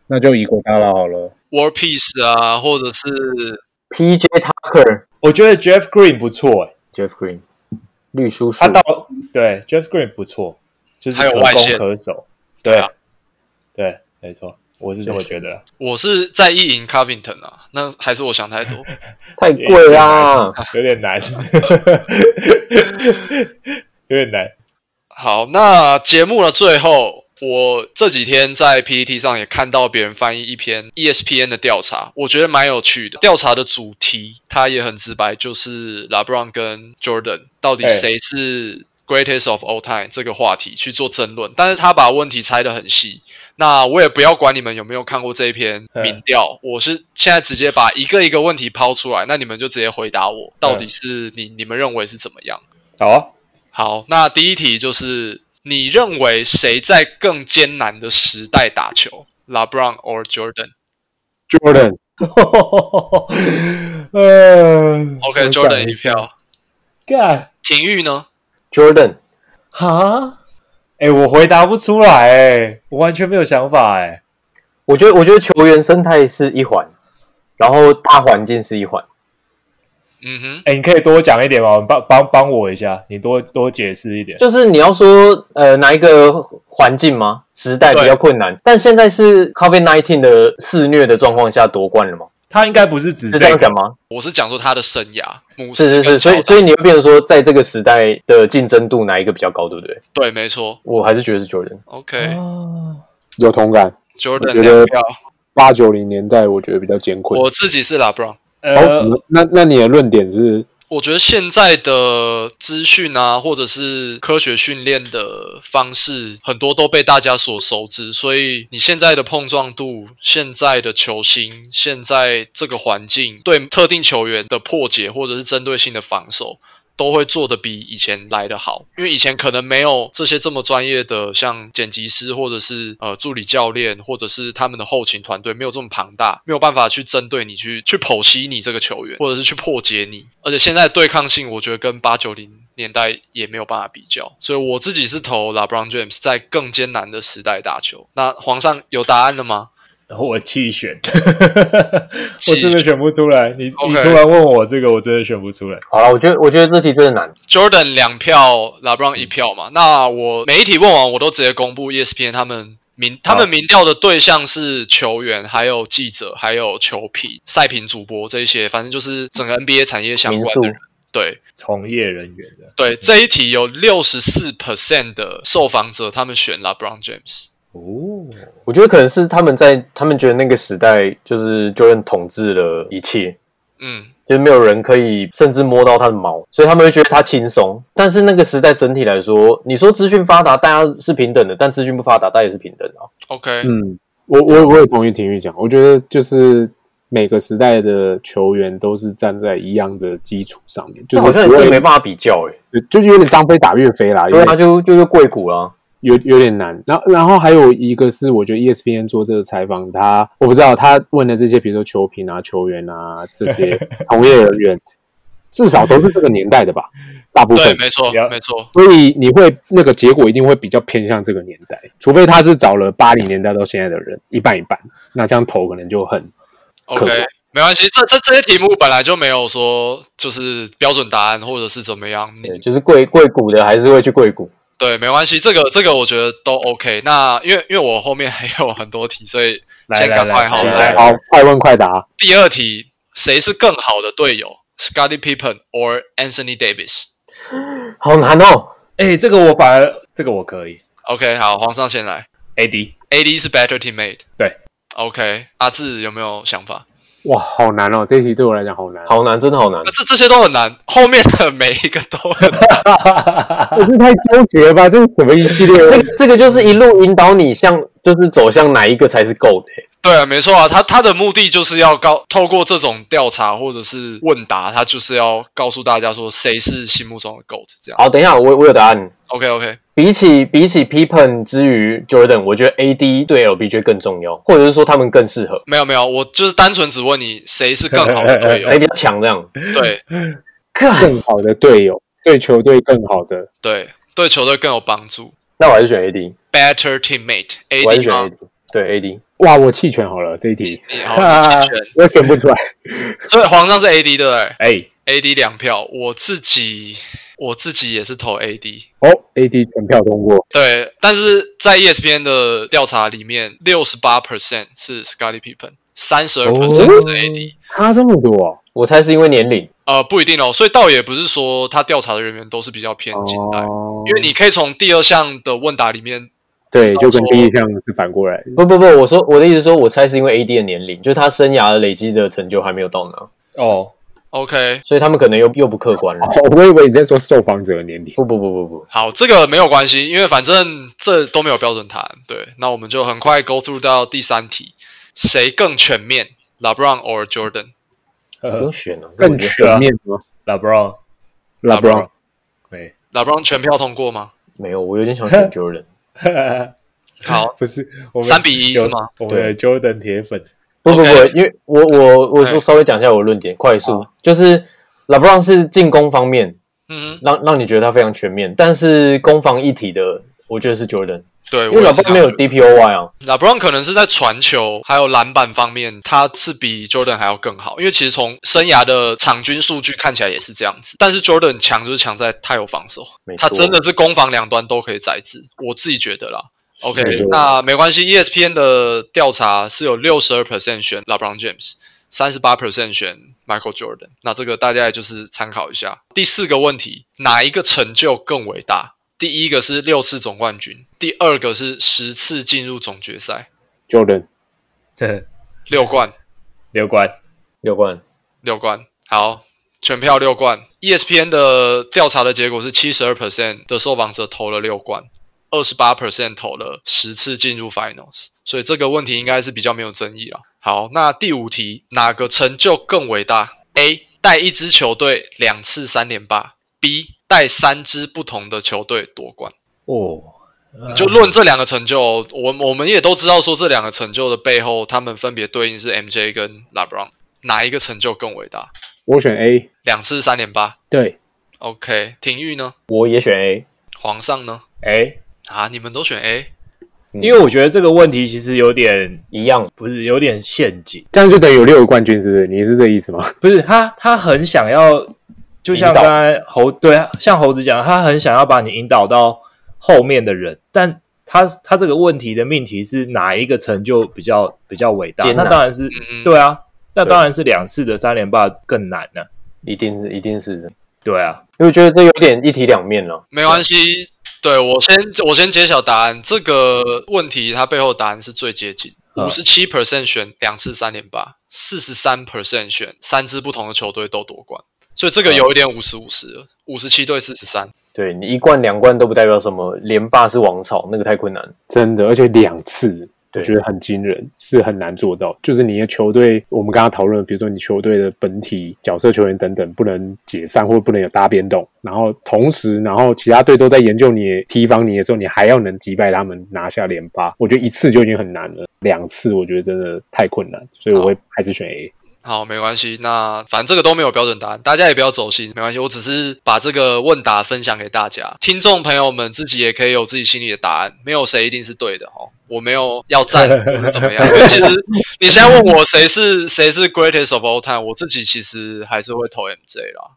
那就以国大拉好了。
War Piece 啊，或者是
P.J. Tucker、
我觉得 Jeff Green 不错、欸，
Jeff Green、绿叔叔
他，到对 Jeff Green 不错，就是
还有
可
外
攻
线
可守。
对啊
对，没错，我是这么觉得啊。
我是在意淫 Covington 啊，那还是我想太多。
太贵啊啦，
有点 难，有点难。
好，那节目的最后，我这几天在 PPT 上也看到别人翻译一篇 E ESPN 的调查，我觉得蛮有趣的。调查的主题它也很直白，就是 LeBron 跟 Jordan 到底
哎
谁是 Greatest of All Time 这个话题去做争论，但是他把问题拆得很细。那我也不要管你们有没有看过这一篇
嗯
民调，我是现在直接把一个一个问题抛出来，那你们就直接回答我，到底是你你们认为是怎么样？
好啊，
好，那第一题就是你认为谁在更艰难的时代打球，LeBron or Jordan？OK，Jordan、
Jordan，
呃
OK，Jordan 一。票。
干
廷玉呢？
Jordan
哈？哎、我回答不出来、欸，我完全没有想法、欸，哎，
我觉得，我觉得球员生态是一环，然后大环境是一环。
嗯哼，
哎，你可以多讲一点吗？帮帮帮我一下，你多多解释一点。
就是你要说，呃，哪一个环境吗？时代比较困难，但现在是 COVID 1 9的肆虐的状况下夺冠了吗？
他应该不是指
是
这
这样讲
个，
吗？
我是讲说他的生涯，母狮
是是是，
跟
所以
乔丹
所以你会变成说，在这个时代的竞争度哪一个比较高，对不对？
对，没错。
我还是觉得是 Jordan。
OK，Jordan、
哦
有同感。我觉得
两票，
八九零年代我觉得比较艰困。
我自己是 LeBron。
呃，
哦，那那你的论点是
我觉得现在的资讯啊，或者是科学训练的方式，很多都被大家所熟知，所以你现在的碰撞度、现在的球星、现在这个环境对特定球员的破解，或者是针对性的防守，都会做的比以前来的好，因为以前可能没有这些这么专业的，像剪辑师或者是呃助理教练，或者是他们的后勤团队没有这么庞大，没有办法去针对你去去剖析你这个球员，或者是去破解你。而且现在对抗性，我觉得跟八九零年代也没有办法比较，所以我自己是投 LeBron James 在更艰难的时代打球。那皇上有答案了吗？
然 后我弃选， 我真的选不出来。你你
OK
突然问我这个，我真的选不出来。
好了，我觉得我觉得这题真的难。
Jordan 两票，LeBron
嗯
一票嘛。那我每一题问完，我都直接公布，E ESPN 他们民他们民调的对象是球员、还有记者、还有球评、赛评主播这一些，反正就是整个 NBA 产业相
民
关
宿
的人。对
从业人员的
对，这一题有六十四 percent 的受访者他们选 LeBron James。
哦，
我觉得可能是他们在他们觉得那个时代就是 Jordan 统治了一切，
嗯，
就是没有人可以甚至摸到他的毛，所以他们会觉得他轻松。但是那个时代整体来说，你说资讯发达，大家是平等的，但资讯不发达，大家也是平等的啊。
OK，
嗯，我我我也同意廷玉讲，我觉得就是每个时代的球员都是站在一样的基础上面，就
这
是
好像也
不
真
会
的没啊办法比较诶、
就是有点张飞打岳飞啦，有
因为
点
他就就是贵股啦。
有有点难。然后然后还有一个是，我觉得 E ESPN 做这个采访，他我不知道他问的这些，比如说球评啊、球员啊这 些从业人员，至少都是这个年 代的吧，大部
对，
分。
没错，
Yeah
没错，
所以你会那个结果一定会比较偏向这个年代，除非他是找了八零年代到现在的人，一半一半，那这样投可能就很
OK
可恶。
没关系，这这这些题目本来就没有说就是标准答案或者是怎么样，你
对，欸就是贵贵股的还是会去贵股。
对，没关系，这个这个我觉得都 OK 那。因为因为我后面还有很多题，所以
来
先
来
赶快
来，
好
期
了
待
好，快问快啊答。
第二题，谁是更好的队友，Scotty Pippen or Anthony Davis？
好难哦，
哎，这个我反而这个我可以
OK，好，皇上先来。
，AD
AD 是 better teammate。
对。
OK，阿志有没有想法？
哇，好难哦！这一题对我来讲好难，
好难，真的好难
那。呃这这些都很难，后面的每一个都很难。
我是太纠结了吧？ 这是什么一系列？
这个这个就是一路引导你向，就是走向哪一个才是够的欸、
对啊，没错啊，他他的目的就是要告透过这种调查或者是问答，他就是要告诉大家说谁是心目中的 GOAT 这样。
好，等一下，我我有答案。
OK OK，
比起比起 Pippen 之于 Jordan，我觉得 AD 对 LBJ 更重要，或者是说他们更适合，
没有没有，我就是单纯只问你谁是更好的队友。
谁比较强这样。
对
更好的队友，对球队更好的。
对，对球队更有帮助。
那我还是选 AD，
Better teammate
我还是
AD
选
吗
AD，对 AD，
哇，我弃权好了这一题，
你好，你弃权
我选不出来。
所以皇上是 AD 对不对
哎，
？AD 两票，我自己我自己也是投 AD。
哦，AD 全票通过，
对，但是在 E ESPN 的调查里面，六十八 percent 是 Scotty Pippen，三十二 percent
哦
是 AD。
差这么多
我猜是因为年龄。
呃，不一定哦，所以倒也不是说他调查的人员都是比较偏近代，
哦，
因为你可以从第二项的问答里面
对，就跟
说
第一项是反过来的。
不不不，我说我的意思是说，我猜是因为 AD 的年龄，就是他生涯累积的成就还没有到那，
哦，
，OK，
所以他们可能又又不客观了。
哦，我以为你在说受访者的年龄。
不不不不不，
好，这个没有关系，因为反正这都没有标准答案。对，那我们就很快 go through 到第三题，谁更全面？LeBron or Jordan？
呵
不用
呵啊
选了，这
更
我觉得
啊
全面吗
LeBron
？LeBron，
没，
LeBron 全票通过吗？
没有，我有点想选 Jordan。
好，
不是我们
3比1
有
是吗？
我们的 Jordan 铁 粉，
不不不
OK
因为我我我说
OK
稍微讲一下我的论点，快速就是 LeBron 是进攻方面
嗯哼，
让让你觉得他非常全面，但是攻防一体的，我觉得是 Jordan，
对，
因
我
为
也是
LeBron
这
没有
样
DPOY 啊，
觉得 LeBron 可能是在传球还有篮板方面，他是比 Jordan 还要更好，因为其实从生涯的场均数据看起来也是这样子。但是 Jordan 强就是强在他有防守，
没错
他真的是攻防两端都可以宰制，我自己觉得啦。OK，
没错
那没关系，ESPN ，E 的调查是有六十二 percent 选 LeBron James，三十八 percent 选 Michael Jordan。那这个大家也就是参考一下。第四个问题，哪一个成就更伟大？第一个是六次总冠军，第二个是十次进入总决赛，
，Jordan，
六冠，
刘冠
六冠
六冠，好，全票六 E 冠。ESPN 的调查的结果是七十二 percent 的受访者投了六冠，二十八 percent 投了十次进入 finals，所以这个问题应该是比较没有争议了。好，那第五题，哪个成就更伟大？A 带一支球队两次三连霸 B 带三支不同的球队夺冠。
哦，
就论这两个成就，哦我我们也都知道说这两个成就的背后，他们分别对应是 MJ 跟 LeBron，哪一个成就更伟大？
我选 A，
两次三连八
对，
，OK。廷玉呢？
我也选 A，
皇上呢？
哎、
啊，你们都选 A，
因为我觉得这个问题其实有点
一样。
不是有点陷阱，
这样就等于有六个冠军，是不是？你是这意思吗？
不是他他很想要，就像
引导
刚才猴对啊像猴子讲，他很想要把你引导到后面的人，但他他这个问题的命题是哪一个成就比较比较伟大？
艰
那
难
当然是
嗯嗯
对啊，那当然是两次的三连霸更难呢、
一定是，一定是的，
对啊，
因为我觉得这有点一体两面啊了、
没关系。对我先我先揭晓答案，这个问题它背后的答案是最接近，
嗯
五十七 percent 选两次三连霸，四十三 percent 选三支不同的球队都夺冠，所以这个有一点五十五十，五十七对四十三。
对你一冠两冠都不代表什么，连霸是王朝，那个太困难了。
真的，而且两次，我
对
觉得很惊人，是很难做到。就是你的球队，我们刚刚讨论，比如说你球队的本体角色球员等等，不能解散或不能有大变动，然后同时，然后其他队都在研究你提防你的时候，你还要能击败他们拿下连霸，我觉得一次就已经很难了，两次我觉得真的太困难，所以我会还是选 A。
好，没关系。那反正这个都没有标准答案，大家也不要走心，没关系。我只是把这个问答分享给大家，听众朋友们自己也可以有自己心里的答案，没有谁一定是对的哦。我没有要赞或者怎么样，因为其实你现在问我谁是谁是 greatest of all time，我自己其实还是会投 MJ 啦。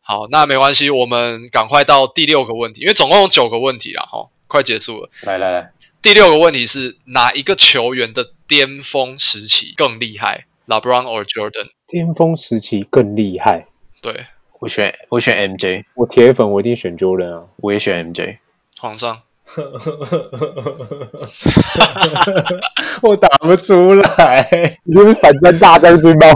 好，那没关系，我们赶快到第六个问题，因为总共有九个问题啦，哈、快结束了。
来来来，
第六个问题是哪一个球员的巅峰时期更厉害，LeBron or Jordan？
巅峰时期更厉害，
对，
我选我选 MJ，
我铁粉我一定选 Jordan 啊，
我也选 MJ。
皇上，
我打不出来，
你就是 反战大将军吗？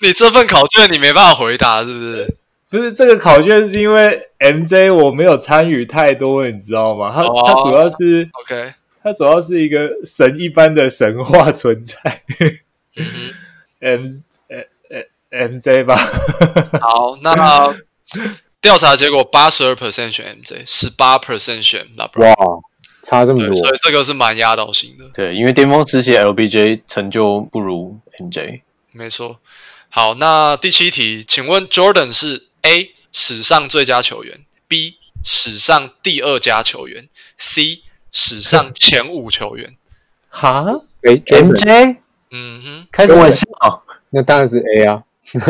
你这份考卷你没办法回答，是不是？
不是这个考卷是因为 MJ 我没有参与太多，你知道吗？他、
哦
他主要是
OK，
他主要是一个神一般的神话存在。M 呃呃 MJ 吧，
好， 那调查结果八十二 percent 选 MJ，十八 percent 选 LeBron，
哇，差这么
对，
多
所，以这个是蛮压倒性的，
对，因为巅峰时期 LBJ 成就不如 MJ。
没错。好，那第七题，请问 Jordan 是 A 史上最佳球员，B 史上第二佳球员，C 史 上前五球员。
哈，
谁 Jordan？
MJ
嗯哼，
开什么玩笑？
那当然是 A 啊。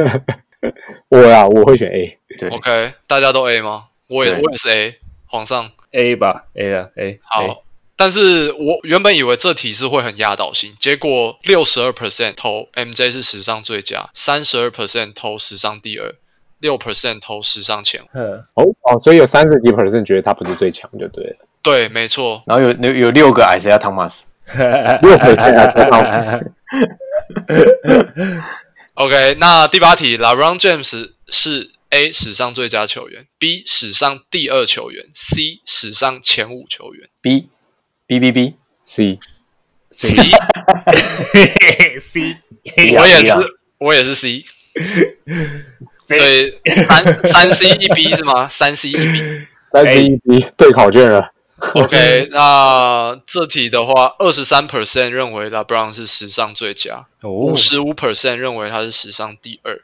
我啊，我会选 A。
对
OK，大家都 A 吗？我也
对
我也是 A，皇上。
A 吧，A 了 A。A
好，但是我原本以为这题是会很压倒性，结果六十二 percent 投 MJ 是史上最佳，三十二 percent 投史上第二，六 percent 投史上前五。
哼
哦哦，所以有三十几 percent 觉得他不是最强，就对了。
对，没错。
然后有有有六个矮谁亚汤马斯，
六 percent 还不到
OK，那第八题，LeBron James 是 A 史上最佳球员，B 史上第二球员，C 史上前五球员
B B B B，
C。
，C
C
我也
一样
是，我也是 C。所以三三 C 一 B 是吗？三 C 一 B。
三十一 B 对考卷了，
OK，那这题的话，二十三 percent 认为 LeBron 是史上最佳，
哦
五十五 percent 认为他是史上第二，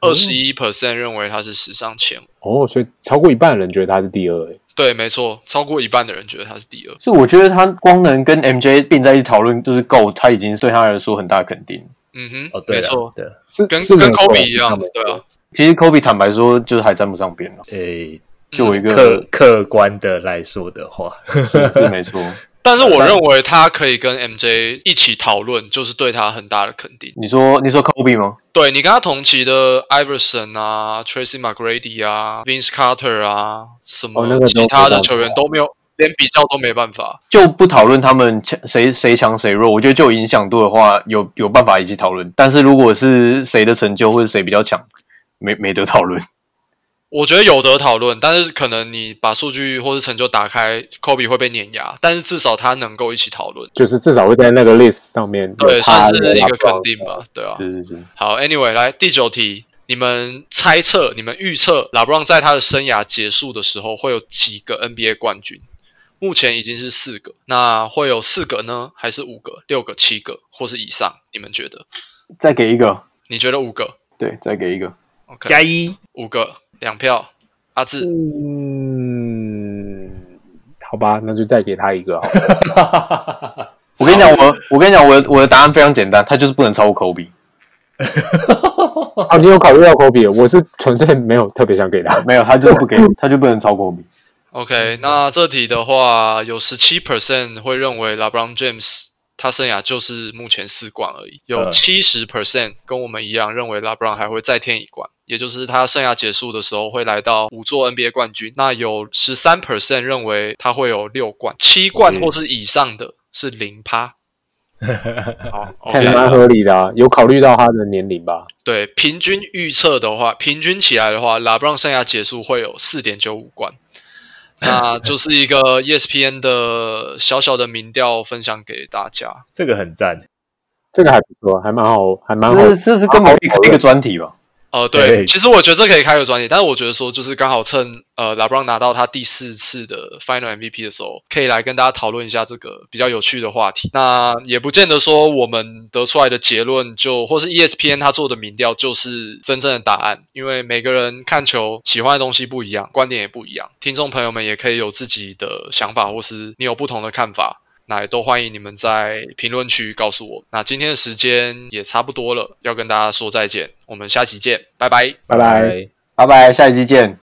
二十一 percent 认为他是史上前五。
哦，所以超过一半的人觉得他是第二，哎，
对，没错，超过一半的人觉得他是第二。
是我觉得他光能跟 MJ 并在一起讨论就是够，他已经对他来说很大的肯定。
嗯哼，
哦对
没
了
错，
对，
是
跟
是
跟
没错
Kobe 一样，对啊，
其实 Kobe 坦白说就是还沾不上边了，
诶，
就我一个
客客观的来说 的话，
是是没错。
但是我认为他可以跟 MJ 一起讨论，就是对他很大的肯定。
你说你说 Kobe 吗？
对你跟他同期的 Iverson 啊、Tracy McGrady 啊、Vince Carter 啊，什
哦那
么
个都
其他的
没办法
球员都没有，连比较都没办法。
就不讨论他们强谁谁强谁弱，我觉得就影响度的话，有有办法一起讨论。但是如果是谁的成就或者谁比较强，没没得讨论。
我觉得有得讨论，但是可能你把数据或是成就打开，Kobe 会被碾压，但是至少他能够一起讨论，
就是至少会在那个 list 上面有
对，
他
算是一个
有他
肯定吧，对啊。
是是是，
好，Anyway，来第九题，你们猜测、你们预测拉布朗在他的生涯结束的时候会有几个 NBA 冠军？目前已经是四个，那会有四个呢，还是五个、六个、七个，或是以上？你们觉得？
再给一个，
你觉得五个
对，再给一个，
？OK，
加一，
五个，两票。阿志，
嗯，好吧，那就再给他一个好了。
我跟你讲，我我跟你讲，我的我的答案非常简单，他就是不能超过 Kobe。
哦，你有考虑到科比，我是纯粹没有特别想给他。
没有，他就是不给，他就不能超过 Kobe。
OK，那这题的话，有十七 percent 会认为 LeBron James 他生涯就是目前四冠而已，有
嗯
七十 percent 跟我们一样认为 LeBron 还会再添一冠，也就是他生涯结束的时候会来到五座 NBA 冠军。那有十三 percent 认为他会有六冠、七冠或是以上的是零趴。好
看
，OK，
起来蛮合理的啊，有考虑到他的年龄吧？
对，平均预测的话，平均起来的话，LeBron 生涯结束会有四点九五冠，那就是一个 E ESPN 的小小的民调分享给大家。
这个很赞。
这个还不错，还蛮好，还蛮好。
这这是根本一个一个专题吧？
呃，对，
对
其实我觉得这可以开个专题，但是我觉得说，就是刚好趁呃 LeBron 拿到他第四次的 Final MVP 的时候，可以来跟大家讨论一下这个比较有趣的话题。那也不见得说我们得出来的结论就或是 E ESPN 他做的民调就是真正的答案，因为每个人看球喜欢的东西不一样，观点也不一样，听众朋友们也可以有自己的想法，或是你有不同的看法，那也都欢迎你们在评论区告诉我。那今天的时间也差不多了，要跟大家说再见，我们下期见，拜拜。
拜拜。
拜拜，下一期见。